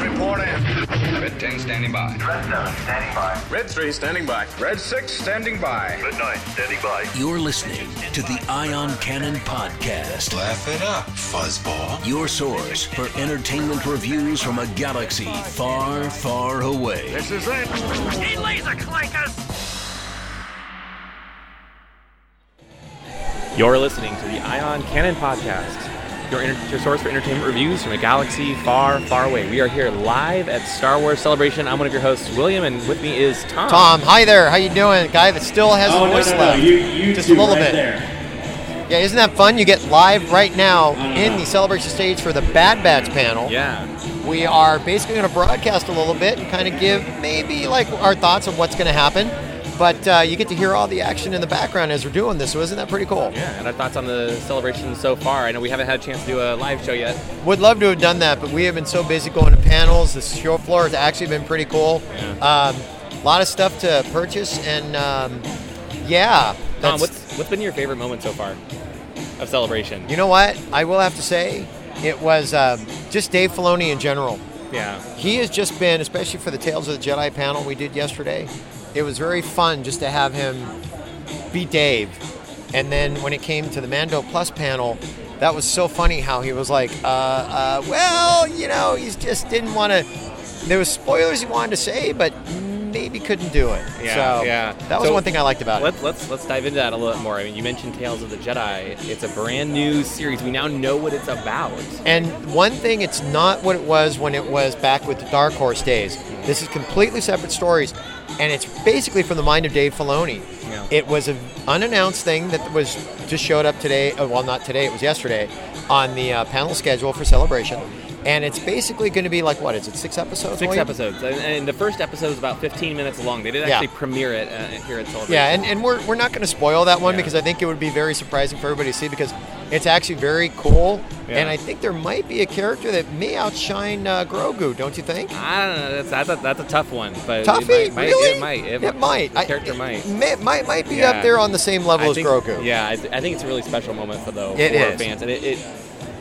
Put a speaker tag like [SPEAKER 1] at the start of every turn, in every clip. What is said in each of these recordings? [SPEAKER 1] Report in.
[SPEAKER 2] Red 10 standing by.
[SPEAKER 3] Red 7 standing by.
[SPEAKER 1] Red 3 standing by. Red 6 standing by.
[SPEAKER 3] Red 9 standing by.
[SPEAKER 4] You're listening to the Ion Cannon Podcast,
[SPEAKER 5] Laugh it up, fuzzball.
[SPEAKER 4] your source for entertainment reviews from a galaxy far, far away.
[SPEAKER 1] This is it.
[SPEAKER 3] He laser clinkers!
[SPEAKER 6] You're listening to the Ion Cannon Podcast, your, enter- your source for entertainment reviews from a galaxy far, far away. We are here live at Star Wars Celebration. I'm one of your hosts, William, and with me is Tom.
[SPEAKER 7] Tom, hi there. How you doing? Guy that still has
[SPEAKER 8] Oh
[SPEAKER 7] a
[SPEAKER 8] no,
[SPEAKER 7] voice
[SPEAKER 8] no, no.
[SPEAKER 7] left.
[SPEAKER 8] You, you
[SPEAKER 7] Just
[SPEAKER 8] two
[SPEAKER 7] a little
[SPEAKER 8] right
[SPEAKER 7] bit.
[SPEAKER 8] there.
[SPEAKER 7] Yeah, isn't that fun? You get live right now
[SPEAKER 8] no,
[SPEAKER 7] in
[SPEAKER 8] no.
[SPEAKER 7] the celebration stage for the Bad Batch panel.
[SPEAKER 6] Yeah.
[SPEAKER 7] We are basically going to broadcast a little bit and kind of give maybe like our thoughts on what's going to happen. But uh, you get to hear all the action in the background as we're doing this, so isn't that pretty cool?
[SPEAKER 6] Yeah, and our thoughts on the celebration so far. I know we haven't had a chance to do a live show yet.
[SPEAKER 7] Would love to have done that, but we have been so busy going to panels. The show floor has actually been pretty cool. Um, a lot of stuff to purchase, and um, yeah.
[SPEAKER 6] Tom,
[SPEAKER 7] that's-
[SPEAKER 6] what's, what's been your favorite moment so far of celebration?
[SPEAKER 7] You know what? I will have to say, it was um, just Dave Filoni in general.
[SPEAKER 6] yeah.
[SPEAKER 7] He has just been, especially for the Tales of the Jedi panel we did yesterday, it was very fun just to have him be Dave. And then when it came to the Mando Plus panel, that was so funny how he was like, uh, uh, well, you know, he just didn't want to. There was spoilers he wanted to say, but maybe couldn't do it.
[SPEAKER 6] Yeah,
[SPEAKER 7] so
[SPEAKER 6] yeah.
[SPEAKER 7] that was
[SPEAKER 6] So-
[SPEAKER 7] one thing I liked about it.
[SPEAKER 6] Let's, let's let's dive into that a little bit more. I mean, you mentioned Tales of the Jedi. It's a brand new series. We now know what it's about.
[SPEAKER 7] And one thing, it's not what it was when it was back with the Dark Horse days. This is completely separate stories, and it's basically from the mind of Dave Filoni.
[SPEAKER 6] Yeah.
[SPEAKER 7] It was an unannounced thing that was just showed up today. uh, Well, not today; it was yesterday on the uh, panel schedule for celebration. And it's basically going to be like what is it? Six episodes.
[SPEAKER 6] Six
[SPEAKER 7] William?
[SPEAKER 6] episodes, and, and the first episode is about 15 minutes long. They did
[SPEAKER 7] Yeah.
[SPEAKER 6] actually premiere it uh, here at Celebration.
[SPEAKER 7] Yeah, and, and we're, we're not going to spoil that one
[SPEAKER 6] Yeah.
[SPEAKER 7] because I think it would be very surprising for everybody to see because it's actually very cool.
[SPEAKER 6] Yeah.
[SPEAKER 7] And I think there might be a character that may outshine uh, Grogu, don't you think?
[SPEAKER 6] I don't know. That's that's a, that's a tough one, but
[SPEAKER 7] Toffee?
[SPEAKER 6] it might, might,
[SPEAKER 7] really?
[SPEAKER 6] It might. It,
[SPEAKER 7] might.
[SPEAKER 6] The
[SPEAKER 7] I-
[SPEAKER 6] character
[SPEAKER 7] It
[SPEAKER 6] might.
[SPEAKER 7] may- might, might be
[SPEAKER 6] Yeah.
[SPEAKER 7] up there on the same level
[SPEAKER 6] I think-
[SPEAKER 7] as Grogu.
[SPEAKER 6] Yeah, I, th- I think it's a really special moment for though
[SPEAKER 7] It
[SPEAKER 6] for
[SPEAKER 7] is.
[SPEAKER 6] fans, and it, it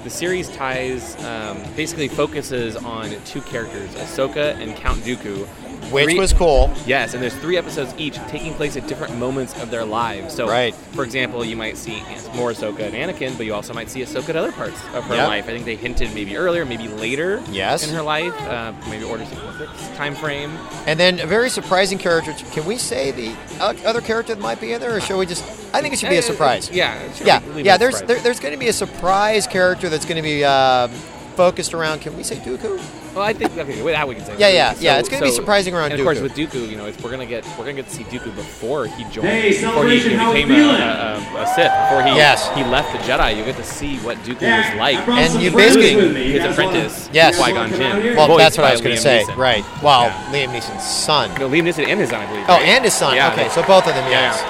[SPEAKER 6] the series ties um, basically focuses on two characters, Ahsoka and Count Dooku.
[SPEAKER 7] Which
[SPEAKER 6] Three-
[SPEAKER 7] was cool.
[SPEAKER 6] Yes, and there's three episodes each taking place at different moments of their lives. So,
[SPEAKER 7] Right.
[SPEAKER 6] for example, you might see more Ahsoka and Anakin, but you also might see Ahsoka at other parts of her
[SPEAKER 7] Yep.
[SPEAKER 6] life. I think they hinted maybe earlier, maybe later
[SPEAKER 7] Yes.
[SPEAKER 6] in her life, uh, maybe Order 66 time frame.
[SPEAKER 7] And then a very surprising character. Can we say the o- other character that might be in there, or should we just. I think it should be
[SPEAKER 6] Eh,
[SPEAKER 7] a surprise.
[SPEAKER 6] Yeah, sure,
[SPEAKER 7] Yeah,
[SPEAKER 6] leave it
[SPEAKER 7] yeah.
[SPEAKER 6] as
[SPEAKER 7] There's
[SPEAKER 6] surprise.
[SPEAKER 7] there, there's going to be a surprise character that's going to be uh, focused around. Can we say Dooku?
[SPEAKER 6] Well, I think okay, wait, that we can say.
[SPEAKER 7] Yeah, yeah, yeah, it's gonna be surprising around
[SPEAKER 6] and Of course,
[SPEAKER 7] Dooku.
[SPEAKER 6] with Dooku, you know, it's, we're gonna get we're gonna get to see Dooku before he joined,
[SPEAKER 8] Hey,
[SPEAKER 6] before he,
[SPEAKER 8] celebration, how we
[SPEAKER 6] became a,
[SPEAKER 8] feeling?
[SPEAKER 6] a, a, a Sith, before he
[SPEAKER 7] Yes.
[SPEAKER 6] he left the Jedi. You get to see what Dooku
[SPEAKER 8] Yeah,
[SPEAKER 6] was
[SPEAKER 8] I
[SPEAKER 6] like,
[SPEAKER 8] brought
[SPEAKER 7] And
[SPEAKER 8] some
[SPEAKER 7] you
[SPEAKER 8] friends
[SPEAKER 7] basically-
[SPEAKER 8] with me. You
[SPEAKER 6] his
[SPEAKER 8] guys wanna-
[SPEAKER 6] apprentice,
[SPEAKER 7] Yes.
[SPEAKER 8] you guys
[SPEAKER 6] Qui-Gon
[SPEAKER 8] wanna come out
[SPEAKER 6] Jinn.
[SPEAKER 8] here?
[SPEAKER 7] Well,
[SPEAKER 6] Voiced
[SPEAKER 7] that's what
[SPEAKER 6] by
[SPEAKER 7] I was going
[SPEAKER 6] Liam
[SPEAKER 7] to say.
[SPEAKER 6] Neeson.
[SPEAKER 7] Right. Well,
[SPEAKER 6] Yeah.
[SPEAKER 7] Liam Neeson's son.
[SPEAKER 6] No, Liam Neeson and his son, I believe.
[SPEAKER 7] Oh,
[SPEAKER 6] right?
[SPEAKER 7] and his son.
[SPEAKER 6] Yeah,
[SPEAKER 7] okay,
[SPEAKER 6] they-
[SPEAKER 7] so both of them.
[SPEAKER 6] yeah.
[SPEAKER 7] Yes.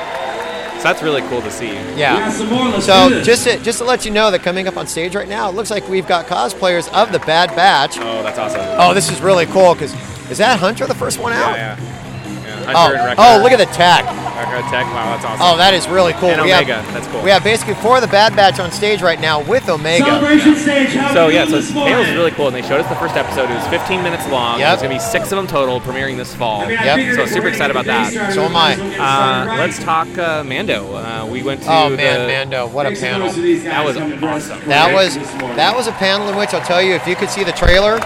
[SPEAKER 6] So that's really cool to see.
[SPEAKER 7] Yeah.
[SPEAKER 8] We got some more. Let's do
[SPEAKER 7] So
[SPEAKER 8] this.
[SPEAKER 7] just to, just to let you know that coming up on stage right now, it looks like we've got cosplayers of the Bad Batch.
[SPEAKER 6] Oh, that's awesome.
[SPEAKER 7] Oh, this is really cool because is that Hunter the first one out?
[SPEAKER 6] yeah, yeah. yeah. Hunter and
[SPEAKER 7] Oh,
[SPEAKER 6] Wrecker-
[SPEAKER 7] oh, look at the tech.
[SPEAKER 6] Wrecker Tech. Wow, that's awesome.
[SPEAKER 7] Oh, that is really cool.
[SPEAKER 6] And
[SPEAKER 7] we
[SPEAKER 6] Omega.
[SPEAKER 7] Have,
[SPEAKER 6] That's cool.
[SPEAKER 7] We have basically four of the Bad Batch on stage right now with Omega.
[SPEAKER 8] Celebration stage. How
[SPEAKER 6] So
[SPEAKER 8] we
[SPEAKER 6] yeah,
[SPEAKER 8] doing
[SPEAKER 6] so
[SPEAKER 8] this
[SPEAKER 6] Halo was
[SPEAKER 8] morning?
[SPEAKER 6] really cool, and they showed us the first episode. It was 15 minutes long.
[SPEAKER 7] Yep.
[SPEAKER 6] There's gonna be six of them total, premiering this fall.
[SPEAKER 8] I mean, I
[SPEAKER 7] Yep.
[SPEAKER 8] figured
[SPEAKER 6] So
[SPEAKER 8] if
[SPEAKER 6] super
[SPEAKER 8] we're gonna
[SPEAKER 6] excited
[SPEAKER 8] get the
[SPEAKER 6] about
[SPEAKER 8] day
[SPEAKER 6] that.
[SPEAKER 8] started,
[SPEAKER 7] So
[SPEAKER 8] we
[SPEAKER 7] am
[SPEAKER 8] might
[SPEAKER 7] I.
[SPEAKER 8] as well get it
[SPEAKER 6] Uh,
[SPEAKER 8] started right.
[SPEAKER 6] let's talk uh, Mando. Uh, we went to
[SPEAKER 7] Oh
[SPEAKER 6] the,
[SPEAKER 7] man, Mando, what a
[SPEAKER 8] Thanks to those of
[SPEAKER 7] panel!
[SPEAKER 8] these guys
[SPEAKER 6] That was
[SPEAKER 8] coming to us
[SPEAKER 6] awesome.
[SPEAKER 8] for
[SPEAKER 7] That was
[SPEAKER 8] breakfast this morning.
[SPEAKER 7] that was a panel in which I'll tell you if you could see the trailer,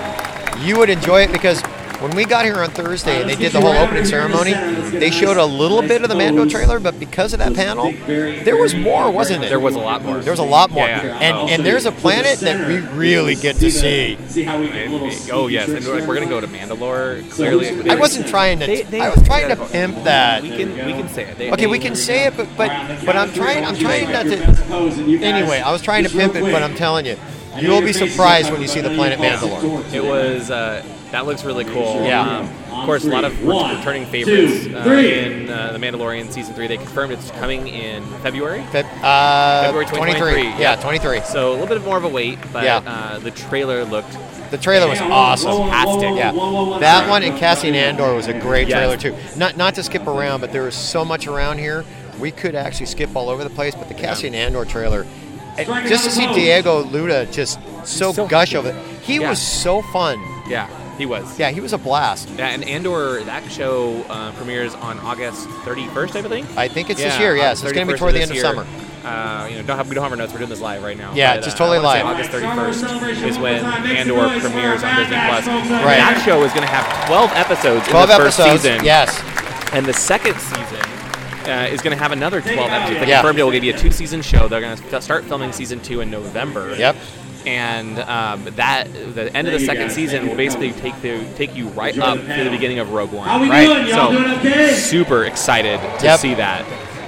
[SPEAKER 7] you would enjoy it because when we got here on Thursday and they did the whole opening ceremony, they showed a little bit of the Mando trailer, but because of that panel, there was more, wasn't it?
[SPEAKER 6] There was a lot more.
[SPEAKER 7] There was a lot more.
[SPEAKER 6] Yeah, Oh. yeah.
[SPEAKER 7] And and there's a planet that we really get to see.
[SPEAKER 8] See how we get little
[SPEAKER 6] Oh yes, and we're, like, we're gonna go to Mandalore. Clearly,
[SPEAKER 7] I wasn't trying to.
[SPEAKER 6] They- they-
[SPEAKER 7] I was trying to pimp that.
[SPEAKER 6] We can we can say it. They-
[SPEAKER 7] Okay,
[SPEAKER 6] they-
[SPEAKER 7] we can say it, but but but I'm trying. I'm trying not to.
[SPEAKER 8] to.
[SPEAKER 7] Anyway, I was trying to pimp it, but I'm telling you, you'll be surprised when you see the planet Mandalore.
[SPEAKER 6] It was uh, that looks really cool.
[SPEAKER 7] Yeah.
[SPEAKER 6] Um, of course, a lot of
[SPEAKER 8] One,
[SPEAKER 6] returning favorites
[SPEAKER 8] two,
[SPEAKER 6] uh,
[SPEAKER 8] three.
[SPEAKER 6] in uh, the Mandalorian season three. They confirmed it's coming in February.
[SPEAKER 7] Feb- uh,
[SPEAKER 6] February
[SPEAKER 7] 23.
[SPEAKER 6] 2023,
[SPEAKER 7] Yeah,
[SPEAKER 6] yeah.
[SPEAKER 7] 23.
[SPEAKER 6] So a little bit more of a wait, but
[SPEAKER 7] Yeah.
[SPEAKER 6] uh, the trailer looked
[SPEAKER 7] The trailer was
[SPEAKER 8] Yeah, whoa, whoa,
[SPEAKER 7] awesome.
[SPEAKER 8] whoa, Fantastic. whoa,
[SPEAKER 7] Yeah.
[SPEAKER 8] whoa, whoa, whoa,
[SPEAKER 7] That
[SPEAKER 8] whoa.
[SPEAKER 7] one and Cassian Andor was a great
[SPEAKER 6] Yes.
[SPEAKER 7] trailer too. Not not to skip around, but there was so much around here. We could actually skip all over the place, but the Cassian Andor trailer, and
[SPEAKER 8] Strike
[SPEAKER 7] just to
[SPEAKER 8] another
[SPEAKER 7] see
[SPEAKER 8] pose.
[SPEAKER 7] Diego Luna just so,
[SPEAKER 6] So-
[SPEAKER 7] gush over it. He
[SPEAKER 6] Yeah.
[SPEAKER 7] was so fun.
[SPEAKER 6] yeah. He was.
[SPEAKER 7] Yeah, he was a blast.
[SPEAKER 6] Yeah, and Andor, that show uh, premieres on August 31st, I think.
[SPEAKER 7] I think it's this year, yes.
[SPEAKER 6] August
[SPEAKER 7] It's gonna be
[SPEAKER 6] 31st
[SPEAKER 7] toward the
[SPEAKER 6] uh,
[SPEAKER 7] end
[SPEAKER 6] of
[SPEAKER 7] of
[SPEAKER 6] this
[SPEAKER 7] summer.
[SPEAKER 6] year. Uh, you know, don't have, we don't have our notes. We're doing this live right now.
[SPEAKER 7] Yeah,
[SPEAKER 6] But,
[SPEAKER 7] just
[SPEAKER 6] uh,
[SPEAKER 7] totally
[SPEAKER 6] I
[SPEAKER 7] live.
[SPEAKER 6] wanna say August
[SPEAKER 8] Summer
[SPEAKER 6] 31st
[SPEAKER 8] celebration
[SPEAKER 6] is when
[SPEAKER 8] one more time. Make some
[SPEAKER 6] Andor
[SPEAKER 8] noise for
[SPEAKER 6] premieres
[SPEAKER 8] our
[SPEAKER 6] on Disney
[SPEAKER 8] Mad
[SPEAKER 6] Plus.
[SPEAKER 8] Max folks out
[SPEAKER 7] Right.
[SPEAKER 6] That show is going to have 12 episodes
[SPEAKER 7] 12
[SPEAKER 6] in the first
[SPEAKER 7] episodes.
[SPEAKER 6] season.
[SPEAKER 7] Yes.
[SPEAKER 6] And the second season uh, is going to have another 12 episodes. They
[SPEAKER 7] Yeah.
[SPEAKER 6] confirmed it will be a two season show. They're going to start filming season two in November.
[SPEAKER 7] Yep.
[SPEAKER 6] And um, that the end of the
[SPEAKER 8] Thank you,
[SPEAKER 6] second
[SPEAKER 8] guys.
[SPEAKER 6] season
[SPEAKER 8] Thank
[SPEAKER 6] will
[SPEAKER 8] you.
[SPEAKER 6] basically take the take you right
[SPEAKER 8] Enjoy
[SPEAKER 6] up
[SPEAKER 8] the
[SPEAKER 6] to the
[SPEAKER 8] panel.
[SPEAKER 6] beginning of Rogue One.
[SPEAKER 8] How we
[SPEAKER 7] Right.
[SPEAKER 8] doing? Y'all
[SPEAKER 6] So-
[SPEAKER 8] doing okay?
[SPEAKER 6] Super excited to
[SPEAKER 7] Yep.
[SPEAKER 6] see that.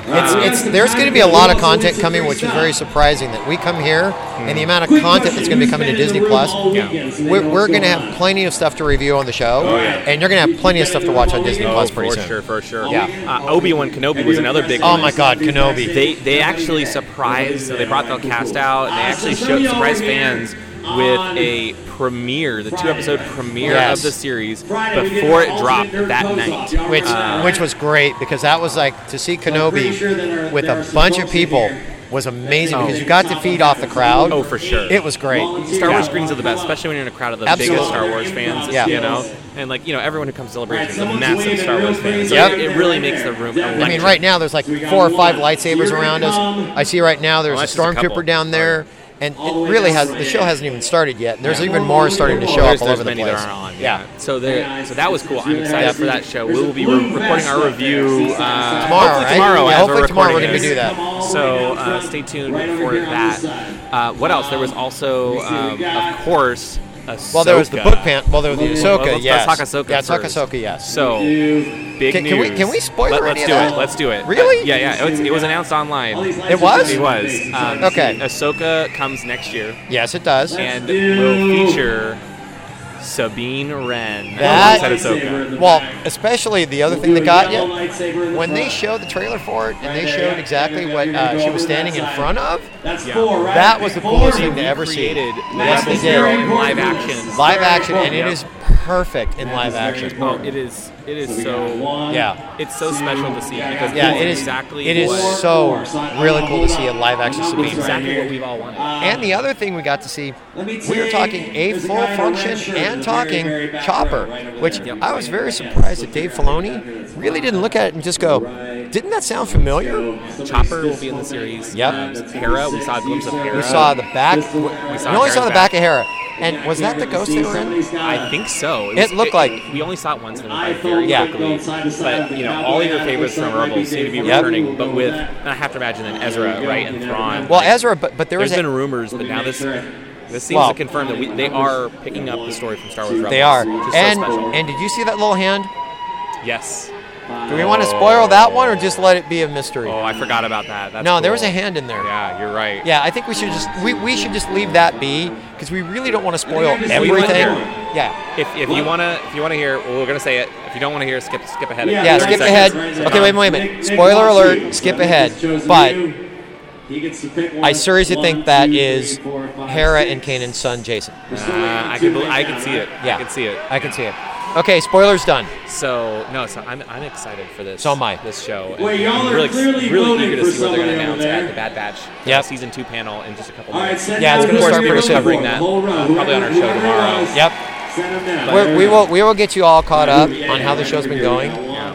[SPEAKER 7] It's,
[SPEAKER 8] Um,
[SPEAKER 7] it's, there's going to be a lot of content coming, which is very surprising that we come here and the amount of content that's going to be coming to Disney Plus. We're, we're going to have plenty of stuff to review on the show, and you're going to have plenty of stuff to watch on Disney Plus pretty
[SPEAKER 6] Oh, for
[SPEAKER 7] soon.
[SPEAKER 6] sure, for sure.
[SPEAKER 7] Yeah.
[SPEAKER 6] Uh, Obi Wan Kenobi was another big.
[SPEAKER 7] Oh
[SPEAKER 6] one.
[SPEAKER 7] my God, Kenobi.
[SPEAKER 6] They they actually surprised. They brought the cast out and they actually showed surprise fans with a premiere, the two episode premiere
[SPEAKER 7] Yes.
[SPEAKER 6] of the series before it dropped that night.
[SPEAKER 7] Which
[SPEAKER 6] Uh,
[SPEAKER 7] which was great because that was like to see Kenobi with a bunch of people was amazing because you got to feed off the crowd.
[SPEAKER 6] Oh, for sure.
[SPEAKER 7] It was great.
[SPEAKER 6] Star Wars
[SPEAKER 8] Yeah.
[SPEAKER 6] screens are the best, especially when you're in a crowd of the biggest
[SPEAKER 7] Absolutely.
[SPEAKER 6] Star Wars fans.
[SPEAKER 7] Yeah.
[SPEAKER 6] you know, and like you know, everyone who comes to Celebration is a
[SPEAKER 8] Someone's
[SPEAKER 6] massive
[SPEAKER 8] waving
[SPEAKER 6] Star
[SPEAKER 8] real
[SPEAKER 6] Wars fan. So
[SPEAKER 7] Yep.
[SPEAKER 6] it, it really makes the room.
[SPEAKER 8] I mean,
[SPEAKER 7] I mean,
[SPEAKER 6] electric.
[SPEAKER 7] right now there's like four or five lightsabers around us. I see right now there's
[SPEAKER 6] Oh,
[SPEAKER 7] a
[SPEAKER 6] that's just a couple.
[SPEAKER 7] stormtrooper down there, and it really has the show hasn't even started yet. And there's
[SPEAKER 8] Yeah.
[SPEAKER 7] even more starting to show
[SPEAKER 6] there's,
[SPEAKER 7] up all
[SPEAKER 6] there's
[SPEAKER 7] over the
[SPEAKER 6] many
[SPEAKER 7] place.
[SPEAKER 6] that are on.
[SPEAKER 7] Yeah.
[SPEAKER 6] So there. So that was cool. I'm excited
[SPEAKER 8] Yeah.
[SPEAKER 6] for that show. We'll be re- recording our review uh,
[SPEAKER 7] Tomorrow,
[SPEAKER 6] hopefully
[SPEAKER 7] right?
[SPEAKER 6] Tomorrow.
[SPEAKER 7] Yeah,
[SPEAKER 6] as
[SPEAKER 7] hopefully
[SPEAKER 6] we're
[SPEAKER 7] tomorrow we're
[SPEAKER 6] recording
[SPEAKER 7] gonna do
[SPEAKER 6] this.
[SPEAKER 7] that.
[SPEAKER 6] So uh, stay tuned for that. Uh, what else? There was also, um, of course, Ahsoka.
[SPEAKER 7] Well, there was the book pan. Well, there was the Ahsoka.
[SPEAKER 6] Well, let's,
[SPEAKER 7] yes.
[SPEAKER 6] let's talk Ahsoka
[SPEAKER 7] yeah, talk
[SPEAKER 6] first.
[SPEAKER 7] Ahsoka. Yes.
[SPEAKER 6] So big
[SPEAKER 7] Can-
[SPEAKER 6] news.
[SPEAKER 7] can we- can we spoil
[SPEAKER 6] Let,
[SPEAKER 7] any
[SPEAKER 6] Let's
[SPEAKER 7] of
[SPEAKER 6] do
[SPEAKER 7] that?
[SPEAKER 6] it. Let's do it.
[SPEAKER 7] Really?
[SPEAKER 6] Uh, yeah, yeah. It was, it was announced online.
[SPEAKER 7] It was?
[SPEAKER 6] It was. Um,
[SPEAKER 7] Okay.
[SPEAKER 6] Ahsoka comes next year
[SPEAKER 7] yes, it does.
[SPEAKER 6] and
[SPEAKER 8] do-
[SPEAKER 6] will feature Sabine Wren
[SPEAKER 7] That-
[SPEAKER 6] alongside Ahsoka.
[SPEAKER 7] Well, especially the other thing that got you when they
[SPEAKER 8] showed
[SPEAKER 7] showed the trailer for it and they
[SPEAKER 8] there,
[SPEAKER 7] showed
[SPEAKER 8] yeah.
[SPEAKER 7] exactly
[SPEAKER 8] You're
[SPEAKER 7] what
[SPEAKER 8] gonna
[SPEAKER 7] uh,
[SPEAKER 8] go
[SPEAKER 7] she
[SPEAKER 8] over
[SPEAKER 7] was standing
[SPEAKER 8] that
[SPEAKER 7] in
[SPEAKER 8] side.
[SPEAKER 7] front of.
[SPEAKER 8] That's
[SPEAKER 6] Yeah.
[SPEAKER 8] four, right?
[SPEAKER 7] That was the
[SPEAKER 8] Four.
[SPEAKER 7] coolest thing to ever see.
[SPEAKER 6] created
[SPEAKER 7] Yes,
[SPEAKER 6] Rebel
[SPEAKER 7] they did.
[SPEAKER 6] Zero in live action.
[SPEAKER 7] Live action, and it
[SPEAKER 6] Yeah.
[SPEAKER 7] is perfect in live action.
[SPEAKER 6] Oh, it is. It is so.
[SPEAKER 8] One,
[SPEAKER 7] Yeah.
[SPEAKER 6] It's so special to see because
[SPEAKER 7] Yeah,
[SPEAKER 6] it's
[SPEAKER 7] it is
[SPEAKER 6] exactly.
[SPEAKER 7] It is
[SPEAKER 6] what,
[SPEAKER 7] so really cool to see a live action Sabine.
[SPEAKER 6] exactly what we've all wanted.
[SPEAKER 7] And the other thing we got to see,
[SPEAKER 8] Let me
[SPEAKER 7] we were
[SPEAKER 8] see.
[SPEAKER 7] talking a
[SPEAKER 8] There's a
[SPEAKER 7] full
[SPEAKER 8] guy in a red
[SPEAKER 7] function
[SPEAKER 8] shirt in
[SPEAKER 7] and
[SPEAKER 8] the very,
[SPEAKER 7] talking
[SPEAKER 8] very back
[SPEAKER 7] chopper,
[SPEAKER 8] row, right over
[SPEAKER 7] which
[SPEAKER 8] there.
[SPEAKER 7] I was very surprised that Dave Filoni really didn't look at it and just go, "Didn't that sound familiar?"
[SPEAKER 6] Chopper will be in the series.
[SPEAKER 7] Yep.
[SPEAKER 6] Um, Hera, we saw a glimpse of Hera.
[SPEAKER 7] We saw the back. We
[SPEAKER 6] saw
[SPEAKER 7] only saw
[SPEAKER 6] Hera's
[SPEAKER 7] the
[SPEAKER 6] back.
[SPEAKER 7] back of Hera, and was that the ghost they were in?
[SPEAKER 6] I think so.
[SPEAKER 7] It looked like-
[SPEAKER 6] we only saw it once and it went by very
[SPEAKER 7] Yeah.
[SPEAKER 6] quickly. But you know, all of your favorites from Rebels seem to be
[SPEAKER 7] Yep.
[SPEAKER 6] returning. But with, and I have to imagine that Ezra, right, and Thrawn.
[SPEAKER 7] Well, Ezra, but, but there
[SPEAKER 6] There's
[SPEAKER 7] was
[SPEAKER 6] been
[SPEAKER 7] a,
[SPEAKER 6] rumors, but now this this seems
[SPEAKER 7] Well-
[SPEAKER 6] to confirm that we, they are picking up the story from Star Wars Rebels.
[SPEAKER 7] they are,
[SPEAKER 6] which is so
[SPEAKER 7] and
[SPEAKER 6] special.
[SPEAKER 7] and did you see that little hand?
[SPEAKER 6] yes.
[SPEAKER 7] Do we want to spoil that one or just let it be a mystery?
[SPEAKER 6] Oh, I forgot about that. That's
[SPEAKER 7] No, there was
[SPEAKER 6] cool.
[SPEAKER 7] a hand in there.
[SPEAKER 6] Yeah, you're right.
[SPEAKER 7] Yeah, I think we should just we, we should just leave that be because we really don't want to spoil
[SPEAKER 8] We
[SPEAKER 7] everything.
[SPEAKER 6] want to hear.
[SPEAKER 7] Yeah,
[SPEAKER 6] If, if you wanna if you wanna hear, well, we're gonna say it. If you don't wanna hear, skip skip ahead.
[SPEAKER 8] Yeah,
[SPEAKER 7] yeah.
[SPEAKER 8] thirty
[SPEAKER 7] Skip ahead.
[SPEAKER 8] seconds, right there.
[SPEAKER 7] Okay, wait, wait a minute. Spoiler alert. Skip ahead. But I seriously think that is Hera and Kanan's son, Jason.
[SPEAKER 6] Uh, I can bel- I can see it.
[SPEAKER 7] Yeah,
[SPEAKER 6] I can see it.
[SPEAKER 7] I can see it. Okay, spoilers done.
[SPEAKER 6] So no, so I'm, I'm excited for this.
[SPEAKER 7] So am I.
[SPEAKER 6] This show.
[SPEAKER 8] Well,
[SPEAKER 6] And
[SPEAKER 8] y'all
[SPEAKER 6] I'm
[SPEAKER 8] are
[SPEAKER 6] really, ex-
[SPEAKER 8] clearly
[SPEAKER 6] really
[SPEAKER 8] voting
[SPEAKER 6] eager to
[SPEAKER 8] for
[SPEAKER 6] see what they're going to
[SPEAKER 8] someone
[SPEAKER 6] announce
[SPEAKER 8] over there.
[SPEAKER 6] at the Bad Batch
[SPEAKER 7] Yep.
[SPEAKER 6] season two panel in just a couple
[SPEAKER 8] All right,
[SPEAKER 6] minutes.
[SPEAKER 8] send
[SPEAKER 7] Yeah, it's
[SPEAKER 8] out
[SPEAKER 7] gonna
[SPEAKER 8] those
[SPEAKER 7] start
[SPEAKER 8] people
[SPEAKER 7] pretty soon.
[SPEAKER 8] to
[SPEAKER 7] Covering
[SPEAKER 8] the
[SPEAKER 6] that.
[SPEAKER 8] whole row.
[SPEAKER 6] Probably on our show
[SPEAKER 8] Whoever
[SPEAKER 6] tomorrow.
[SPEAKER 8] knows,
[SPEAKER 7] Yep.
[SPEAKER 8] Send them down.
[SPEAKER 7] We're, we will we will get you all caught up on how the show's been going.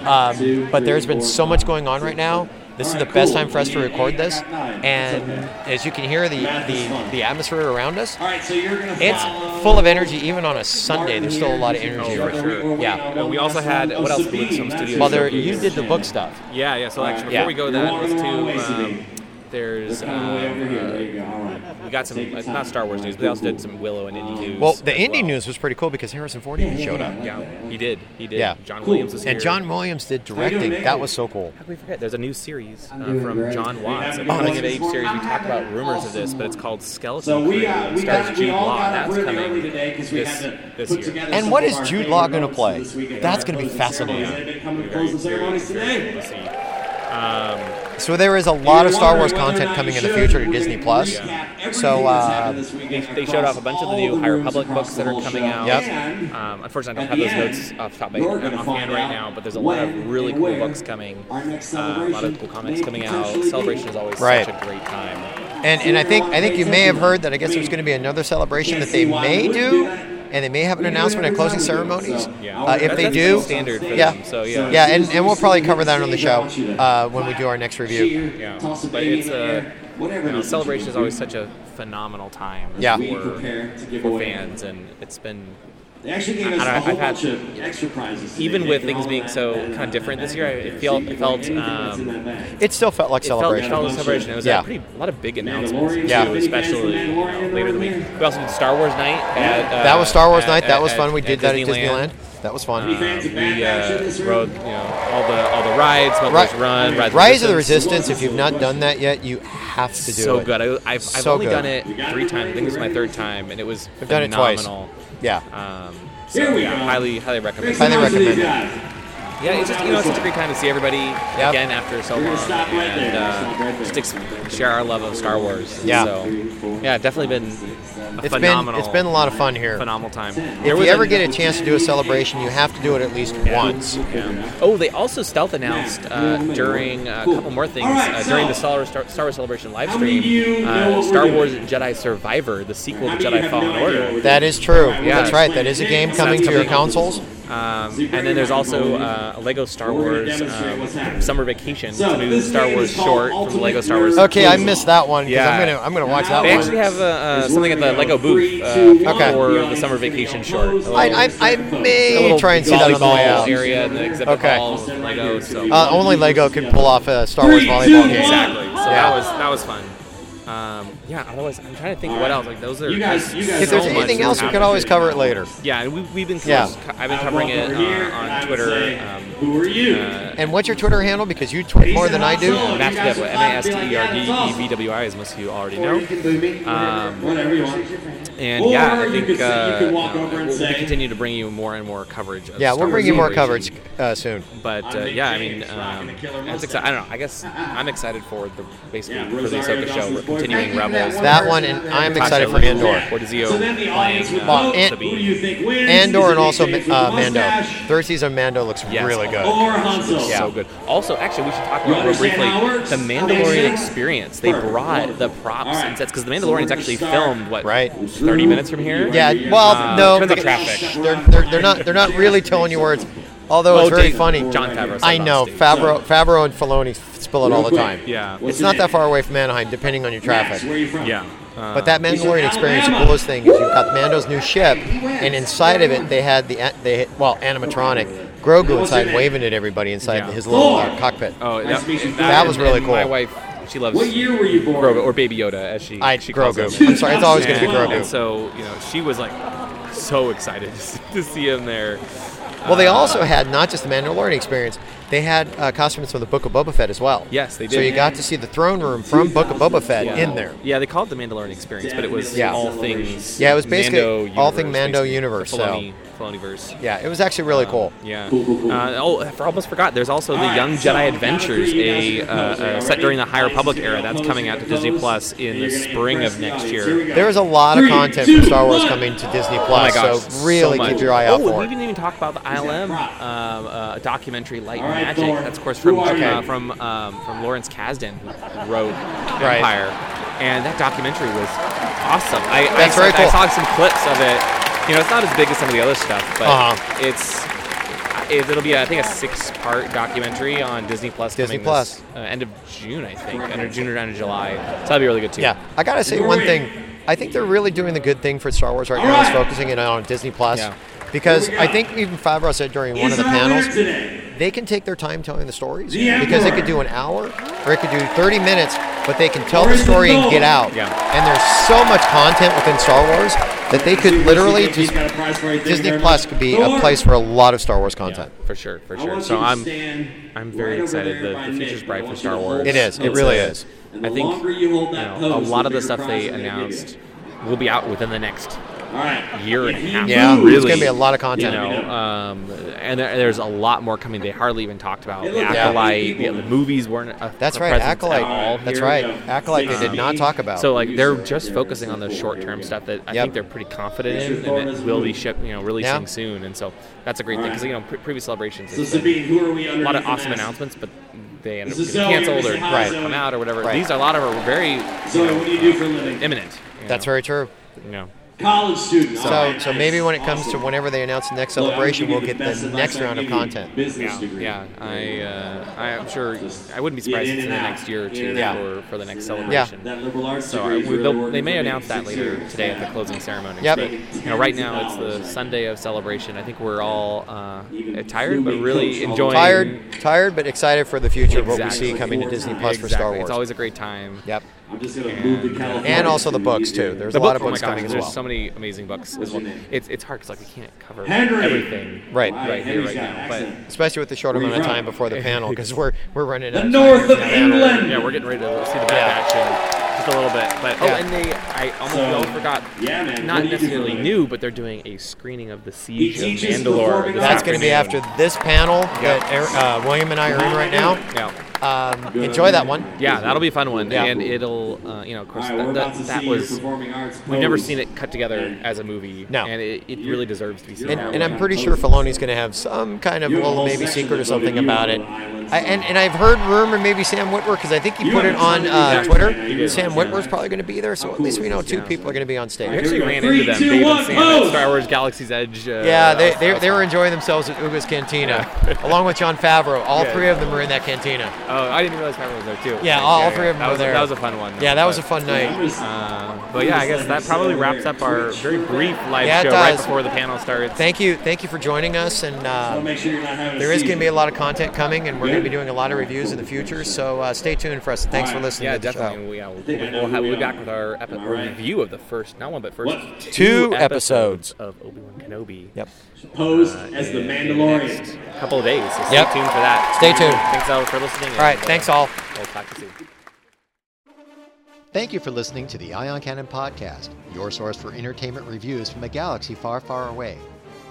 [SPEAKER 7] Um, but there's been so much going on right now. This is the best time for us to record this, and as you can hear, the the, the atmosphere around us.
[SPEAKER 8] All right, so you're gonna.
[SPEAKER 7] It's
[SPEAKER 8] follow
[SPEAKER 7] full of energy, even on a Sunday. There's still a lot of energy.
[SPEAKER 6] Oh, for
[SPEAKER 7] around.
[SPEAKER 6] sure.
[SPEAKER 7] Yeah.
[SPEAKER 6] Uh, we also had what else? did we do? Some studio.
[SPEAKER 7] Well, there you did the book stuff.
[SPEAKER 6] Yeah, yeah. So actually, before
[SPEAKER 7] Yeah.
[SPEAKER 6] we go,
[SPEAKER 8] You're
[SPEAKER 6] that was
[SPEAKER 8] walking the wrong way,
[SPEAKER 6] too. Um,
[SPEAKER 8] Sabine.
[SPEAKER 6] there's
[SPEAKER 8] Come way over
[SPEAKER 6] um,
[SPEAKER 8] here. There you go. All right.
[SPEAKER 6] we got some
[SPEAKER 8] Take your
[SPEAKER 6] it's
[SPEAKER 8] time.
[SPEAKER 6] not Star Wars news, but we also did some Willow and Indie news.
[SPEAKER 7] Well, the
[SPEAKER 6] as
[SPEAKER 7] indie
[SPEAKER 6] well.
[SPEAKER 7] news was pretty cool because Harrison Ford even showed up,
[SPEAKER 6] Yeah, he did. He did.
[SPEAKER 7] Yeah.
[SPEAKER 6] John Williams was here.
[SPEAKER 7] and John Williams did directing. That was so cool.
[SPEAKER 6] How can we forget? There's a new series uh, from John Watts, a
[SPEAKER 8] Oh,
[SPEAKER 6] coming
[SPEAKER 7] that's-
[SPEAKER 6] of age series. We talked about rumors of this, but it's called Skeleton
[SPEAKER 8] So
[SPEAKER 6] Crew.
[SPEAKER 8] we uh,
[SPEAKER 6] It
[SPEAKER 8] we
[SPEAKER 6] stars
[SPEAKER 8] got
[SPEAKER 6] Jude
[SPEAKER 8] we all
[SPEAKER 6] Law.
[SPEAKER 8] got up
[SPEAKER 6] That's
[SPEAKER 8] really
[SPEAKER 6] coming
[SPEAKER 8] early today because we
[SPEAKER 6] this,
[SPEAKER 8] had to
[SPEAKER 6] this
[SPEAKER 8] put
[SPEAKER 6] year.
[SPEAKER 8] together.
[SPEAKER 7] And
[SPEAKER 8] some
[SPEAKER 7] what
[SPEAKER 8] of
[SPEAKER 7] is
[SPEAKER 8] our
[SPEAKER 7] Jude
[SPEAKER 8] favorite
[SPEAKER 7] Law gonna
[SPEAKER 8] moments
[SPEAKER 7] play?
[SPEAKER 8] this weekend.
[SPEAKER 7] That's
[SPEAKER 8] Our
[SPEAKER 7] gonna be
[SPEAKER 8] closing
[SPEAKER 7] fascinating.
[SPEAKER 8] ceremonies. Anybody come to
[SPEAKER 6] Very
[SPEAKER 8] close the ceremonies
[SPEAKER 6] serious, very
[SPEAKER 8] today?
[SPEAKER 6] cool to see.
[SPEAKER 7] So there is a lot of Star Wars content coming in the future to Disney Plus. So uh,
[SPEAKER 6] They showed off a bunch of the new High Republic books that are coming out.
[SPEAKER 7] Yep.
[SPEAKER 6] Um, unfortunately, I
[SPEAKER 8] At
[SPEAKER 6] don't
[SPEAKER 8] the
[SPEAKER 6] have those notes
[SPEAKER 8] end,
[SPEAKER 6] off the top
[SPEAKER 8] you're
[SPEAKER 6] of my
[SPEAKER 8] gonna
[SPEAKER 6] offhand
[SPEAKER 8] find
[SPEAKER 6] right
[SPEAKER 8] out
[SPEAKER 6] now, but there's a lot of
[SPEAKER 8] when
[SPEAKER 6] really
[SPEAKER 8] and
[SPEAKER 6] cool
[SPEAKER 8] where
[SPEAKER 6] books coming.
[SPEAKER 8] our next
[SPEAKER 6] Uh, a lot of
[SPEAKER 8] celebration
[SPEAKER 6] cool comics
[SPEAKER 8] may
[SPEAKER 6] coming out.
[SPEAKER 8] potentially be.
[SPEAKER 6] Celebration is always
[SPEAKER 7] Right.
[SPEAKER 6] such a great time.
[SPEAKER 7] and and I think I think you may have heard that I guess there's going to be another celebration that they may do and they may have an announcement at closing ceremonies.
[SPEAKER 6] Yeah.
[SPEAKER 7] Uh, if
[SPEAKER 6] That's-
[SPEAKER 7] they
[SPEAKER 6] that's
[SPEAKER 7] do,
[SPEAKER 6] pretty standard for
[SPEAKER 7] yeah,
[SPEAKER 6] them, so yeah.
[SPEAKER 7] yeah, and, and we'll probably cover that on the show uh, when we do our next review.
[SPEAKER 6] Yeah.
[SPEAKER 8] Yeah.
[SPEAKER 6] But it's a you know, celebration is always such a phenomenal time
[SPEAKER 7] Yeah.
[SPEAKER 8] We
[SPEAKER 6] for,
[SPEAKER 8] prepare to give
[SPEAKER 6] for
[SPEAKER 8] away.
[SPEAKER 6] fans, and it's been
[SPEAKER 8] They actually gave
[SPEAKER 6] I-
[SPEAKER 8] us
[SPEAKER 6] I don't-
[SPEAKER 8] a whole
[SPEAKER 6] I've had-
[SPEAKER 8] bunch of extra prizes. today.
[SPEAKER 6] even
[SPEAKER 8] They
[SPEAKER 6] with
[SPEAKER 8] can
[SPEAKER 6] things
[SPEAKER 8] all
[SPEAKER 6] being
[SPEAKER 8] add-
[SPEAKER 6] so
[SPEAKER 8] add it
[SPEAKER 6] kind of
[SPEAKER 8] up,
[SPEAKER 6] different
[SPEAKER 8] add
[SPEAKER 6] this
[SPEAKER 8] it
[SPEAKER 6] year,
[SPEAKER 8] up
[SPEAKER 6] it
[SPEAKER 8] there.
[SPEAKER 6] felt-
[SPEAKER 8] See if
[SPEAKER 6] felt,
[SPEAKER 8] anything that's in
[SPEAKER 6] um,
[SPEAKER 8] that bag.
[SPEAKER 7] It still felt like
[SPEAKER 6] it felt like
[SPEAKER 7] celebration.
[SPEAKER 6] a celebration. It was
[SPEAKER 7] Yeah.
[SPEAKER 6] a pretty a lot of big announcements.
[SPEAKER 8] Mandalorian,
[SPEAKER 7] Yeah.
[SPEAKER 6] too, especially you know, later in the week. We also did Star Wars night. At, uh,
[SPEAKER 7] That was Star Wars
[SPEAKER 6] at-
[SPEAKER 7] night. That
[SPEAKER 6] at-
[SPEAKER 7] was fun. We
[SPEAKER 6] at Uh,
[SPEAKER 7] did that at Disneyland. That was fun.
[SPEAKER 8] Fans of Bad
[SPEAKER 6] We
[SPEAKER 8] Batch in this
[SPEAKER 6] uh,
[SPEAKER 8] room.
[SPEAKER 6] rode, you know, all the all the rides, Smuggler's
[SPEAKER 7] Ri-
[SPEAKER 6] Run, Rise,
[SPEAKER 7] Rise of the
[SPEAKER 6] Resistance.
[SPEAKER 7] Resistance. If you've not done that yet, you have to do
[SPEAKER 6] So
[SPEAKER 7] it.
[SPEAKER 6] good. I, I've, I've
[SPEAKER 7] So
[SPEAKER 6] only
[SPEAKER 7] good.
[SPEAKER 6] done it three times. I think this is my third time, and it was
[SPEAKER 7] I've done it twice.
[SPEAKER 6] phenomenal.
[SPEAKER 7] Yeah.
[SPEAKER 6] Um, so
[SPEAKER 8] Here we
[SPEAKER 6] yeah,
[SPEAKER 8] go.
[SPEAKER 6] highly highly recommend.
[SPEAKER 8] Make
[SPEAKER 6] it.
[SPEAKER 8] some
[SPEAKER 7] Highly
[SPEAKER 8] noise for these
[SPEAKER 7] recommend
[SPEAKER 8] guys.
[SPEAKER 6] Yeah, it's just you know it's such a great time to see everybody again after so
[SPEAKER 8] We're
[SPEAKER 6] long,
[SPEAKER 8] gonna stop right there.
[SPEAKER 6] and
[SPEAKER 8] Stop
[SPEAKER 6] uh,
[SPEAKER 8] right there.
[SPEAKER 6] just ex- share our love of Star Wars.
[SPEAKER 7] Yeah.
[SPEAKER 6] So, yeah, definitely been a
[SPEAKER 7] It's
[SPEAKER 6] phenomenal.
[SPEAKER 7] been it's been a lot of fun here.
[SPEAKER 6] phenomenal time.
[SPEAKER 7] If you ever get a chance to do a celebration, you have to do it at least once.
[SPEAKER 6] Oh, they also stealth announced uh, during uh, a couple more things
[SPEAKER 8] Alright,
[SPEAKER 6] uh, during the
[SPEAKER 8] so-
[SPEAKER 6] Star, Star, Star Wars Celebration live
[SPEAKER 8] How many of you
[SPEAKER 6] stream.
[SPEAKER 8] know what
[SPEAKER 6] Uh,
[SPEAKER 8] we're
[SPEAKER 6] Star
[SPEAKER 8] doing?
[SPEAKER 6] Wars Jedi Survivor, the sequel
[SPEAKER 8] How
[SPEAKER 6] to
[SPEAKER 8] many
[SPEAKER 6] Jedi
[SPEAKER 8] of you have
[SPEAKER 6] Fallen
[SPEAKER 8] no idea
[SPEAKER 6] Order.
[SPEAKER 8] what we're doing?
[SPEAKER 7] That is true.
[SPEAKER 6] Yeah.
[SPEAKER 7] That's right. That is a game
[SPEAKER 8] That's
[SPEAKER 7] coming to your
[SPEAKER 6] coming.
[SPEAKER 7] consoles.
[SPEAKER 6] Um, and then there's also uh, a Lego Star
[SPEAKER 8] We're gonna
[SPEAKER 6] Wars
[SPEAKER 8] demonstrate what's
[SPEAKER 6] um,
[SPEAKER 8] happening.
[SPEAKER 6] Summer Vacation,
[SPEAKER 8] So,
[SPEAKER 6] the new
[SPEAKER 8] this
[SPEAKER 6] Star
[SPEAKER 8] game
[SPEAKER 6] Wars
[SPEAKER 8] is called
[SPEAKER 6] short from the
[SPEAKER 8] Ultimate
[SPEAKER 6] Lego Star Wars.
[SPEAKER 8] Nerd-
[SPEAKER 7] Okay, I missed that one because
[SPEAKER 6] Yeah.
[SPEAKER 7] I'm gonna I'm gonna watch that
[SPEAKER 6] They
[SPEAKER 8] Now
[SPEAKER 6] actually
[SPEAKER 7] one.
[SPEAKER 6] have uh, uh, something at the Lego booth uh,
[SPEAKER 7] Okay.
[SPEAKER 6] for the Summer Vacation short. A little-
[SPEAKER 7] I, I, I
[SPEAKER 6] a
[SPEAKER 7] may
[SPEAKER 6] little
[SPEAKER 7] try and see that on the way
[SPEAKER 6] volleyball
[SPEAKER 7] out.
[SPEAKER 6] area and the exhibit
[SPEAKER 7] Okay.
[SPEAKER 6] hall with Lego. So.
[SPEAKER 7] Uh, only Lego could pull off a Star Wars
[SPEAKER 8] Three,
[SPEAKER 7] volleyball
[SPEAKER 8] two,
[SPEAKER 7] game.
[SPEAKER 8] one.
[SPEAKER 6] Exactly. So that was that was fun. Um, yeah. Otherwise, I'm trying to think what else. Like those are.
[SPEAKER 8] You guys- you guys
[SPEAKER 7] If
[SPEAKER 8] So
[SPEAKER 7] there's
[SPEAKER 8] much
[SPEAKER 7] anything
[SPEAKER 8] has
[SPEAKER 7] else, we
[SPEAKER 6] can
[SPEAKER 7] could always cover it later.
[SPEAKER 6] Yeah, and we, we've been.
[SPEAKER 7] Yeah.
[SPEAKER 6] co- I've been covering it
[SPEAKER 8] Over
[SPEAKER 6] uh,
[SPEAKER 8] here, and I
[SPEAKER 6] on
[SPEAKER 8] would
[SPEAKER 6] Twitter.
[SPEAKER 8] say,
[SPEAKER 6] Um,
[SPEAKER 8] Who are you?
[SPEAKER 7] And what's your Twitter handle? Because you tweet more than I do.
[SPEAKER 8] If
[SPEAKER 6] Master
[SPEAKER 8] you guys
[SPEAKER 6] Devil,
[SPEAKER 8] would
[SPEAKER 6] M
[SPEAKER 8] like
[SPEAKER 6] A
[SPEAKER 8] to
[SPEAKER 6] S
[SPEAKER 8] be
[SPEAKER 6] T
[SPEAKER 8] like,
[SPEAKER 6] E
[SPEAKER 8] yeah,
[SPEAKER 6] R D
[SPEAKER 8] that's awesome.
[SPEAKER 6] E V W I, as most of you already
[SPEAKER 8] or
[SPEAKER 6] know.
[SPEAKER 8] you can boo me, whatever,
[SPEAKER 6] um,
[SPEAKER 8] whatever you want.
[SPEAKER 6] And
[SPEAKER 8] or
[SPEAKER 6] yeah, I
[SPEAKER 8] you
[SPEAKER 6] think
[SPEAKER 8] can say-
[SPEAKER 6] uh,
[SPEAKER 8] you can walk
[SPEAKER 6] you know,
[SPEAKER 8] over and
[SPEAKER 6] we'll,
[SPEAKER 8] say,
[SPEAKER 6] we continue to bring you more and more coverage. Of
[SPEAKER 7] Yeah,
[SPEAKER 6] Star
[SPEAKER 7] we'll bring
[SPEAKER 6] Wars
[SPEAKER 7] you more coverage
[SPEAKER 6] celebration.
[SPEAKER 7] uh, soon.
[SPEAKER 6] But uh,
[SPEAKER 8] I'm Nick
[SPEAKER 6] yeah, I mean,
[SPEAKER 8] Cage, rocking
[SPEAKER 6] um,
[SPEAKER 8] the killer
[SPEAKER 6] that's exci-
[SPEAKER 8] Mustang.
[SPEAKER 6] I don't know. I guess I'm excited for the basically
[SPEAKER 8] Yeah,
[SPEAKER 6] for the
[SPEAKER 8] Rosario
[SPEAKER 6] Ahsoka show.
[SPEAKER 8] Dawson's
[SPEAKER 6] We're continuing
[SPEAKER 8] boyfriend.
[SPEAKER 6] Rebels.
[SPEAKER 7] That one, and I'm excited for
[SPEAKER 6] Tasha
[SPEAKER 7] Andor.
[SPEAKER 6] Or to Zio
[SPEAKER 8] So then the audience
[SPEAKER 6] playing
[SPEAKER 8] would
[SPEAKER 6] uh,
[SPEAKER 8] vote.
[SPEAKER 7] and-
[SPEAKER 8] Who do you
[SPEAKER 6] Sabine.
[SPEAKER 8] think wins? Is
[SPEAKER 7] Andor
[SPEAKER 8] it
[SPEAKER 7] and also
[SPEAKER 8] Nick Cage
[SPEAKER 7] Ma- uh,
[SPEAKER 8] with the
[SPEAKER 7] Mando.
[SPEAKER 8] mustache
[SPEAKER 7] Third season of Mando looks
[SPEAKER 6] Yes.
[SPEAKER 7] really good.
[SPEAKER 8] Or Han Solo.
[SPEAKER 6] So good. Also, actually, we should talk about
[SPEAKER 8] You
[SPEAKER 6] real briefly
[SPEAKER 8] understand how it works?
[SPEAKER 6] the Mandalorian
[SPEAKER 8] Amazing?
[SPEAKER 6] experience. They
[SPEAKER 8] Perfect.
[SPEAKER 6] brought the
[SPEAKER 8] Wonderful.
[SPEAKER 6] props
[SPEAKER 8] All right.
[SPEAKER 6] and sets because the
[SPEAKER 8] So
[SPEAKER 6] Mandalorian's
[SPEAKER 8] we're
[SPEAKER 6] actually
[SPEAKER 8] gonna start-
[SPEAKER 6] filmed what
[SPEAKER 7] Right.
[SPEAKER 6] 30 minutes from here.
[SPEAKER 7] Yeah.
[SPEAKER 6] Uh,
[SPEAKER 7] Well, no,
[SPEAKER 6] depends on
[SPEAKER 7] but
[SPEAKER 6] traffic.
[SPEAKER 7] they're, they're, they're not they're not really telling you where it's. Although
[SPEAKER 6] Oh,
[SPEAKER 7] it's very
[SPEAKER 6] Dave-
[SPEAKER 7] funny.
[SPEAKER 6] John Favreau. said
[SPEAKER 7] I
[SPEAKER 6] on
[SPEAKER 7] know
[SPEAKER 6] stage.
[SPEAKER 7] Fabro Fabro and Filoni spill it all the
[SPEAKER 8] Real quick.
[SPEAKER 7] time.
[SPEAKER 6] Yeah.
[SPEAKER 8] What's
[SPEAKER 7] It's
[SPEAKER 8] your
[SPEAKER 7] not that
[SPEAKER 8] name?
[SPEAKER 7] far away from Anaheim, depending on your
[SPEAKER 8] Max, where
[SPEAKER 7] traffic.
[SPEAKER 8] you from?
[SPEAKER 6] Yeah. Uh,
[SPEAKER 7] But that Mandalorian experience, the coolest thing is you've got Mando's new ship, and inside of it they had the a- they had- well animatronic Grogu inside waving at everybody inside
[SPEAKER 6] Yeah.
[SPEAKER 7] his little uh, cockpit.
[SPEAKER 6] oh,
[SPEAKER 8] Nice
[SPEAKER 6] that,
[SPEAKER 8] to meet you.
[SPEAKER 6] that,
[SPEAKER 8] That
[SPEAKER 7] was
[SPEAKER 6] and-
[SPEAKER 7] really
[SPEAKER 6] and My
[SPEAKER 7] cool.
[SPEAKER 6] wife, she loves
[SPEAKER 8] What year were you born?
[SPEAKER 6] Grogu or Baby Yoda, as she
[SPEAKER 7] I
[SPEAKER 6] she calls him.
[SPEAKER 7] Grogu. I'm sorry, it's always going to be
[SPEAKER 6] And-
[SPEAKER 7] Grogu.
[SPEAKER 6] And so, you know, she was like so excited to see him there.
[SPEAKER 7] Well, they also had not just the Mandalorian experience; they had uh, costumes from the Book of Boba Fett as well.
[SPEAKER 6] Yes, they
[SPEAKER 7] So
[SPEAKER 6] did.
[SPEAKER 7] you got to see the throne room from Book of Boba Fett
[SPEAKER 6] Yeah.
[SPEAKER 7] in there.
[SPEAKER 6] Yeah, they called it the Mandalorian experience, but it was
[SPEAKER 7] Yeah.
[SPEAKER 6] all things.
[SPEAKER 7] Yeah, it was basically
[SPEAKER 6] Mando
[SPEAKER 7] all thing
[SPEAKER 6] universe,
[SPEAKER 7] Mando
[SPEAKER 6] basically.
[SPEAKER 7] universe,
[SPEAKER 6] The Filoni, Filoni verse.
[SPEAKER 7] Yeah, it was actually really cool.
[SPEAKER 6] Yeah.
[SPEAKER 8] Cool, cool, cool.
[SPEAKER 6] Uh, oh, I almost forgot. There's also the
[SPEAKER 8] All right,
[SPEAKER 6] Young
[SPEAKER 8] so
[SPEAKER 6] Jedi
[SPEAKER 8] I'm down to
[SPEAKER 6] Adventures,
[SPEAKER 8] three. You guys
[SPEAKER 6] a,
[SPEAKER 8] are
[SPEAKER 6] uh,
[SPEAKER 8] close. Are
[SPEAKER 6] uh,
[SPEAKER 8] you
[SPEAKER 6] set during the
[SPEAKER 8] ready?
[SPEAKER 6] Higher
[SPEAKER 8] Nice.
[SPEAKER 6] Public
[SPEAKER 8] You're
[SPEAKER 6] era.
[SPEAKER 8] gonna
[SPEAKER 6] That's
[SPEAKER 8] close,
[SPEAKER 6] coming
[SPEAKER 8] you're
[SPEAKER 6] out to
[SPEAKER 8] gonna
[SPEAKER 6] Disney
[SPEAKER 8] close,
[SPEAKER 6] Plus in
[SPEAKER 8] and
[SPEAKER 6] the
[SPEAKER 8] you're gonna
[SPEAKER 6] spring
[SPEAKER 8] impress
[SPEAKER 6] of
[SPEAKER 8] the
[SPEAKER 6] next
[SPEAKER 8] audience.
[SPEAKER 6] year.
[SPEAKER 8] Here we go.
[SPEAKER 7] There is a lot of
[SPEAKER 8] Three,
[SPEAKER 7] content
[SPEAKER 8] two,
[SPEAKER 7] from Star Wars
[SPEAKER 8] one.
[SPEAKER 7] coming to Disney
[SPEAKER 6] Oh my
[SPEAKER 7] Plus,
[SPEAKER 6] gosh,
[SPEAKER 7] so really
[SPEAKER 6] much.
[SPEAKER 7] keep your eye out
[SPEAKER 6] oh,
[SPEAKER 7] for
[SPEAKER 6] we
[SPEAKER 7] it.
[SPEAKER 6] didn't even talk about the ILM um, uh, documentary, Light and
[SPEAKER 8] All right,
[SPEAKER 6] Magic.
[SPEAKER 8] Thor.
[SPEAKER 6] That's of course from
[SPEAKER 8] Who are
[SPEAKER 6] uh,
[SPEAKER 8] you?
[SPEAKER 6] from um, from Lawrence Kasdan, who wrote
[SPEAKER 7] Right.
[SPEAKER 6] Empire, and that documentary was awesome. I, I,
[SPEAKER 7] That's
[SPEAKER 6] saw,
[SPEAKER 7] very
[SPEAKER 6] I
[SPEAKER 7] cool.
[SPEAKER 6] saw some clips of it. You know, it's not as big as some of the other stuff, but
[SPEAKER 7] Uh-huh.
[SPEAKER 6] it's. uh, It, it'll be, I think, a six-part documentary on Disney Plus.
[SPEAKER 7] Disney
[SPEAKER 6] coming this,
[SPEAKER 7] Plus.
[SPEAKER 6] uh, end of June, I think, end of June or end of July. So that'll be really good too.
[SPEAKER 7] Yeah, I gotta say one thing. I think they're really doing the good thing for Star Wars right now is focusing it on Disney Plus.
[SPEAKER 6] Yeah.
[SPEAKER 7] Because
[SPEAKER 8] Here we
[SPEAKER 7] I
[SPEAKER 8] go.
[SPEAKER 7] think even Favreau said during one
[SPEAKER 8] Is
[SPEAKER 7] of the
[SPEAKER 8] our winner
[SPEAKER 7] panels,
[SPEAKER 8] today?
[SPEAKER 7] they can take their time telling the stories
[SPEAKER 8] The
[SPEAKER 7] because they
[SPEAKER 8] Emperor.
[SPEAKER 7] could do an hour or it could do 30 minutes, but they can tell
[SPEAKER 8] Or
[SPEAKER 7] the
[SPEAKER 8] is it
[SPEAKER 7] story and
[SPEAKER 8] gold?
[SPEAKER 7] get out.
[SPEAKER 6] Yeah.
[SPEAKER 7] And there's so much content within Star Wars that they could
[SPEAKER 8] Super
[SPEAKER 7] literally
[SPEAKER 8] Secret, he's
[SPEAKER 7] just
[SPEAKER 8] got a prize right there.
[SPEAKER 7] Disney
[SPEAKER 8] Very
[SPEAKER 7] Plus
[SPEAKER 8] much.
[SPEAKER 7] could be
[SPEAKER 8] Thor,
[SPEAKER 7] a place for a lot of Star Wars
[SPEAKER 6] Yeah,
[SPEAKER 7] content.
[SPEAKER 6] for sure, for
[SPEAKER 8] I
[SPEAKER 6] sure.
[SPEAKER 8] want
[SPEAKER 6] So
[SPEAKER 8] you to
[SPEAKER 6] I'm,
[SPEAKER 8] stand
[SPEAKER 6] I'm
[SPEAKER 8] right
[SPEAKER 6] very
[SPEAKER 8] over
[SPEAKER 6] excited.
[SPEAKER 8] there
[SPEAKER 6] The,
[SPEAKER 8] by
[SPEAKER 6] the
[SPEAKER 8] Nick.
[SPEAKER 6] future's
[SPEAKER 8] I
[SPEAKER 6] bright for
[SPEAKER 8] want
[SPEAKER 6] Star
[SPEAKER 8] you to
[SPEAKER 6] Wars.
[SPEAKER 8] hold
[SPEAKER 7] It is. It
[SPEAKER 8] those
[SPEAKER 7] really
[SPEAKER 8] there.
[SPEAKER 7] is.
[SPEAKER 8] And
[SPEAKER 6] I
[SPEAKER 8] the
[SPEAKER 6] think
[SPEAKER 8] longer you hold
[SPEAKER 6] you
[SPEAKER 8] that
[SPEAKER 6] know, a
[SPEAKER 8] pose,
[SPEAKER 6] lot
[SPEAKER 8] the
[SPEAKER 6] of the
[SPEAKER 8] bigger
[SPEAKER 6] stuff
[SPEAKER 8] prize
[SPEAKER 6] they
[SPEAKER 8] they're gonna give
[SPEAKER 6] announced
[SPEAKER 8] you.
[SPEAKER 6] will be out within the next
[SPEAKER 8] All right.
[SPEAKER 6] year and a
[SPEAKER 8] If you
[SPEAKER 6] half.
[SPEAKER 7] Yeah,
[SPEAKER 8] lose-
[SPEAKER 7] it's gonna be a lot of
[SPEAKER 6] You
[SPEAKER 7] content.
[SPEAKER 6] know, um, and there- there's a lot more coming. They hardly even talked about
[SPEAKER 8] It
[SPEAKER 6] the
[SPEAKER 8] looked like
[SPEAKER 6] acolyte.
[SPEAKER 8] people.
[SPEAKER 6] The, the movies weren't. A,
[SPEAKER 7] That's
[SPEAKER 6] a
[SPEAKER 7] right,
[SPEAKER 6] presence at
[SPEAKER 7] Acolyte.
[SPEAKER 6] all
[SPEAKER 7] That's
[SPEAKER 6] here.
[SPEAKER 7] right.
[SPEAKER 8] go.
[SPEAKER 7] Acolyte, they
[SPEAKER 8] Six
[SPEAKER 7] did not
[SPEAKER 8] feet.
[SPEAKER 7] talk about.
[SPEAKER 6] So like they're
[SPEAKER 8] User
[SPEAKER 6] just
[SPEAKER 8] there.
[SPEAKER 6] focusing on the short-term stuff that I
[SPEAKER 7] Yep.
[SPEAKER 6] think they're pretty confident
[SPEAKER 8] Here's
[SPEAKER 6] in,
[SPEAKER 8] your
[SPEAKER 6] and
[SPEAKER 8] photos.
[SPEAKER 6] that will be ship, you know, releasing
[SPEAKER 7] Yeah.
[SPEAKER 6] soon. And so that's a great thing
[SPEAKER 8] Alright.
[SPEAKER 6] because you know pre- previous celebrations,
[SPEAKER 8] So
[SPEAKER 6] it's been
[SPEAKER 8] Sabine, who are we
[SPEAKER 6] a
[SPEAKER 8] under?
[SPEAKER 6] lot of awesome announcements, but they ended up
[SPEAKER 8] This is
[SPEAKER 6] getting
[SPEAKER 8] Zoe,
[SPEAKER 6] canceled
[SPEAKER 8] Mr.
[SPEAKER 6] or
[SPEAKER 8] Hi,
[SPEAKER 7] Right.
[SPEAKER 8] Zoe.
[SPEAKER 6] come out or whatever.
[SPEAKER 7] Right.
[SPEAKER 6] These are a lot of are very
[SPEAKER 8] Zoe, what do you do for a living?
[SPEAKER 6] imminent. you
[SPEAKER 7] That's
[SPEAKER 6] know,
[SPEAKER 7] very true.
[SPEAKER 6] You know.
[SPEAKER 8] College student.
[SPEAKER 7] So, so maybe when it comes to whenever they announce the next celebration, we'll get the next round of content.
[SPEAKER 8] Business
[SPEAKER 6] Yeah,
[SPEAKER 8] degree.
[SPEAKER 6] yeah. I, uh, I am sure. I wouldn't be surprised
[SPEAKER 8] in
[SPEAKER 6] if it's in
[SPEAKER 8] and
[SPEAKER 6] the
[SPEAKER 8] out,
[SPEAKER 6] next year or
[SPEAKER 8] in
[SPEAKER 6] two
[SPEAKER 8] and
[SPEAKER 7] out.
[SPEAKER 6] for, for the next
[SPEAKER 7] Yeah.
[SPEAKER 6] celebration.
[SPEAKER 8] That liberal arts
[SPEAKER 6] So
[SPEAKER 8] degree
[SPEAKER 6] I,
[SPEAKER 8] is
[SPEAKER 6] we,
[SPEAKER 8] really
[SPEAKER 6] they'll-
[SPEAKER 8] working
[SPEAKER 6] they may
[SPEAKER 8] for me
[SPEAKER 6] announce that
[SPEAKER 8] six
[SPEAKER 6] later
[SPEAKER 8] years.
[SPEAKER 6] today at the closing ceremony.
[SPEAKER 7] Yep.
[SPEAKER 6] But, you know, right now it's the Sunday of celebration. I think we're all uh, tired, but really enjoying.
[SPEAKER 7] Tired, tired, but excited for the future of what we
[SPEAKER 6] Exactly.
[SPEAKER 7] see coming to Disney Plus for
[SPEAKER 6] Exactly.
[SPEAKER 7] Star Wars.
[SPEAKER 6] It's always a great time.
[SPEAKER 7] yep.
[SPEAKER 8] I'm just gonna move to California.
[SPEAKER 7] And also the
[SPEAKER 8] to
[SPEAKER 7] books,
[SPEAKER 8] easier.
[SPEAKER 7] too. There's
[SPEAKER 6] The
[SPEAKER 7] a lot
[SPEAKER 6] book-
[SPEAKER 7] of
[SPEAKER 6] oh my
[SPEAKER 7] books
[SPEAKER 6] God,
[SPEAKER 7] coming as
[SPEAKER 6] There's
[SPEAKER 7] well.
[SPEAKER 6] so many amazing books as
[SPEAKER 8] What's
[SPEAKER 6] well.
[SPEAKER 8] your name?
[SPEAKER 6] It's, it's hard because like we can't cover
[SPEAKER 8] Henry!
[SPEAKER 6] everything
[SPEAKER 7] Right.
[SPEAKER 6] right here, right now. But
[SPEAKER 7] Especially with the short amount of
[SPEAKER 8] Rerun.
[SPEAKER 7] time before the panel, because we're we're running out
[SPEAKER 8] The
[SPEAKER 7] of time
[SPEAKER 8] north
[SPEAKER 7] here
[SPEAKER 8] of
[SPEAKER 7] for the panel.
[SPEAKER 8] England.
[SPEAKER 6] Yeah, we're getting ready to see the back action just a little bit. But oh,
[SPEAKER 7] Yeah.
[SPEAKER 6] and they, I almost
[SPEAKER 8] So,
[SPEAKER 6] all forgot.
[SPEAKER 8] yeah, man, what
[SPEAKER 6] Not
[SPEAKER 8] do you do for a
[SPEAKER 6] necessarily
[SPEAKER 8] living?
[SPEAKER 6] new, but they're doing a screening of the Siege of
[SPEAKER 8] teaches
[SPEAKER 6] Mandalore.
[SPEAKER 8] performing
[SPEAKER 6] this
[SPEAKER 7] That's going to be after
[SPEAKER 6] afternoon.
[SPEAKER 7] this panel that Er- uh, William and I are in right now.
[SPEAKER 6] Yeah.
[SPEAKER 7] Um, enjoy that one.
[SPEAKER 6] Yeah, that'll be a fun one,
[SPEAKER 7] Yeah.
[SPEAKER 6] and it'll, uh, you know, of course,
[SPEAKER 8] All right, we're
[SPEAKER 6] that,
[SPEAKER 8] about to
[SPEAKER 6] that, that
[SPEAKER 8] see your
[SPEAKER 6] was
[SPEAKER 8] performing arts
[SPEAKER 6] we've never
[SPEAKER 8] pose.
[SPEAKER 6] seen it cut together as a movie.
[SPEAKER 7] No.
[SPEAKER 6] and it, it really deserves to be seen.
[SPEAKER 7] And,
[SPEAKER 6] that
[SPEAKER 7] and
[SPEAKER 6] way.
[SPEAKER 7] I'm pretty sure Filoni's going to have some kind of
[SPEAKER 8] You have a
[SPEAKER 7] little
[SPEAKER 8] whole
[SPEAKER 7] maybe
[SPEAKER 8] section
[SPEAKER 7] secret or
[SPEAKER 8] devoted
[SPEAKER 7] something
[SPEAKER 8] to you
[SPEAKER 7] about
[SPEAKER 8] on
[SPEAKER 7] it.
[SPEAKER 8] the islands.
[SPEAKER 7] I, and, and I've heard rumor maybe Sam Whitwer, because I think he
[SPEAKER 8] You
[SPEAKER 7] put
[SPEAKER 8] have
[SPEAKER 7] it
[SPEAKER 8] a
[SPEAKER 7] on
[SPEAKER 8] ton
[SPEAKER 7] uh,
[SPEAKER 8] of these actually,
[SPEAKER 7] Twitter.
[SPEAKER 8] yeah.
[SPEAKER 7] Sam Whitwer's probably going to be there, so at least we know two people are going to be on
[SPEAKER 6] I
[SPEAKER 7] stage.
[SPEAKER 6] actually
[SPEAKER 8] Here we go.
[SPEAKER 6] ran
[SPEAKER 8] Three,
[SPEAKER 6] into them,
[SPEAKER 8] two,
[SPEAKER 6] Dave
[SPEAKER 8] one,
[SPEAKER 6] and Sam, at
[SPEAKER 8] pose!
[SPEAKER 6] Star Wars Galaxy's Edge. Uh,
[SPEAKER 7] Yeah, they,
[SPEAKER 6] outside.
[SPEAKER 7] they, they were enjoying themselves at Uga's Cantina, along with John Favreau. All
[SPEAKER 6] Yeah.
[SPEAKER 7] three of them were in that cantina.
[SPEAKER 6] Oh, I didn't realize Cameron was there too.
[SPEAKER 7] Yeah,
[SPEAKER 6] Nice,
[SPEAKER 7] all three of them
[SPEAKER 6] that
[SPEAKER 7] were
[SPEAKER 6] was, a-
[SPEAKER 7] there.
[SPEAKER 6] That was a fun one. though,
[SPEAKER 7] Yeah, that was a
[SPEAKER 6] but-
[SPEAKER 7] fun night.
[SPEAKER 6] Uh, but yeah, I guess that probably wraps up our very brief live
[SPEAKER 7] Yeah, it
[SPEAKER 6] show right
[SPEAKER 7] does.
[SPEAKER 6] before the panel starts.
[SPEAKER 7] Thank you, thank you for joining us, and uh,
[SPEAKER 8] Make sure you're not having a
[SPEAKER 7] there is going to
[SPEAKER 8] seizure.
[SPEAKER 7] be a lot of content coming, and we're going to be doing a lot of reviews in the future. So uh, stay tuned for us. Thanks for listening
[SPEAKER 6] yeah,
[SPEAKER 7] to the
[SPEAKER 6] definitely.
[SPEAKER 7] show.
[SPEAKER 6] We, yeah, we'll,
[SPEAKER 8] think I know
[SPEAKER 6] we'll,
[SPEAKER 8] who
[SPEAKER 6] have,
[SPEAKER 8] we
[SPEAKER 6] we'll be
[SPEAKER 8] are.
[SPEAKER 6] back with our epi-
[SPEAKER 8] Am I right?
[SPEAKER 6] review of the first, not one, but first
[SPEAKER 8] What?
[SPEAKER 7] Two episodes.
[SPEAKER 6] of Obi Wan Kenobi.
[SPEAKER 7] Yep.
[SPEAKER 8] posed as the
[SPEAKER 6] in the next
[SPEAKER 8] Mandalorian.
[SPEAKER 6] couple of days. So stay
[SPEAKER 7] Yep.
[SPEAKER 6] tuned for that.
[SPEAKER 7] Stay tuned.
[SPEAKER 6] Thanks all for listening. uh,
[SPEAKER 7] All right, thanks all.
[SPEAKER 6] We'll talk to you soon.
[SPEAKER 2] Thank you for listening to the Ion Cannon Podcast, your source for entertainment reviews from a galaxy far, far away.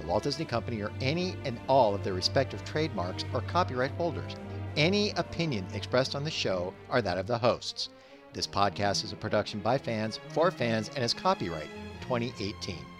[SPEAKER 2] the Walt Disney Company, or any and all of their respective trademarks or copyright holders. Any opinion expressed on the show are that of the hosts. This podcast is a production by fans, for fans, and is copyright 2018.